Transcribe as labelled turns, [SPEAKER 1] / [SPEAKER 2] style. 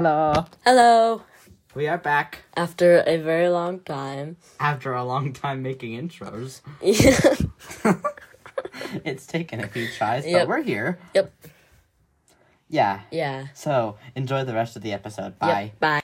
[SPEAKER 1] Hello.
[SPEAKER 2] Hello.
[SPEAKER 1] We are back
[SPEAKER 2] After a very long time.
[SPEAKER 1] after a long time making intros.
[SPEAKER 2] Yeah.
[SPEAKER 1] It's taken a few tries, but
[SPEAKER 2] Yep.
[SPEAKER 1] we're here.
[SPEAKER 2] Yep.
[SPEAKER 1] Yeah.
[SPEAKER 2] Yeah.
[SPEAKER 1] So enjoy the rest of the episode. Bye.
[SPEAKER 2] Yep. Bye.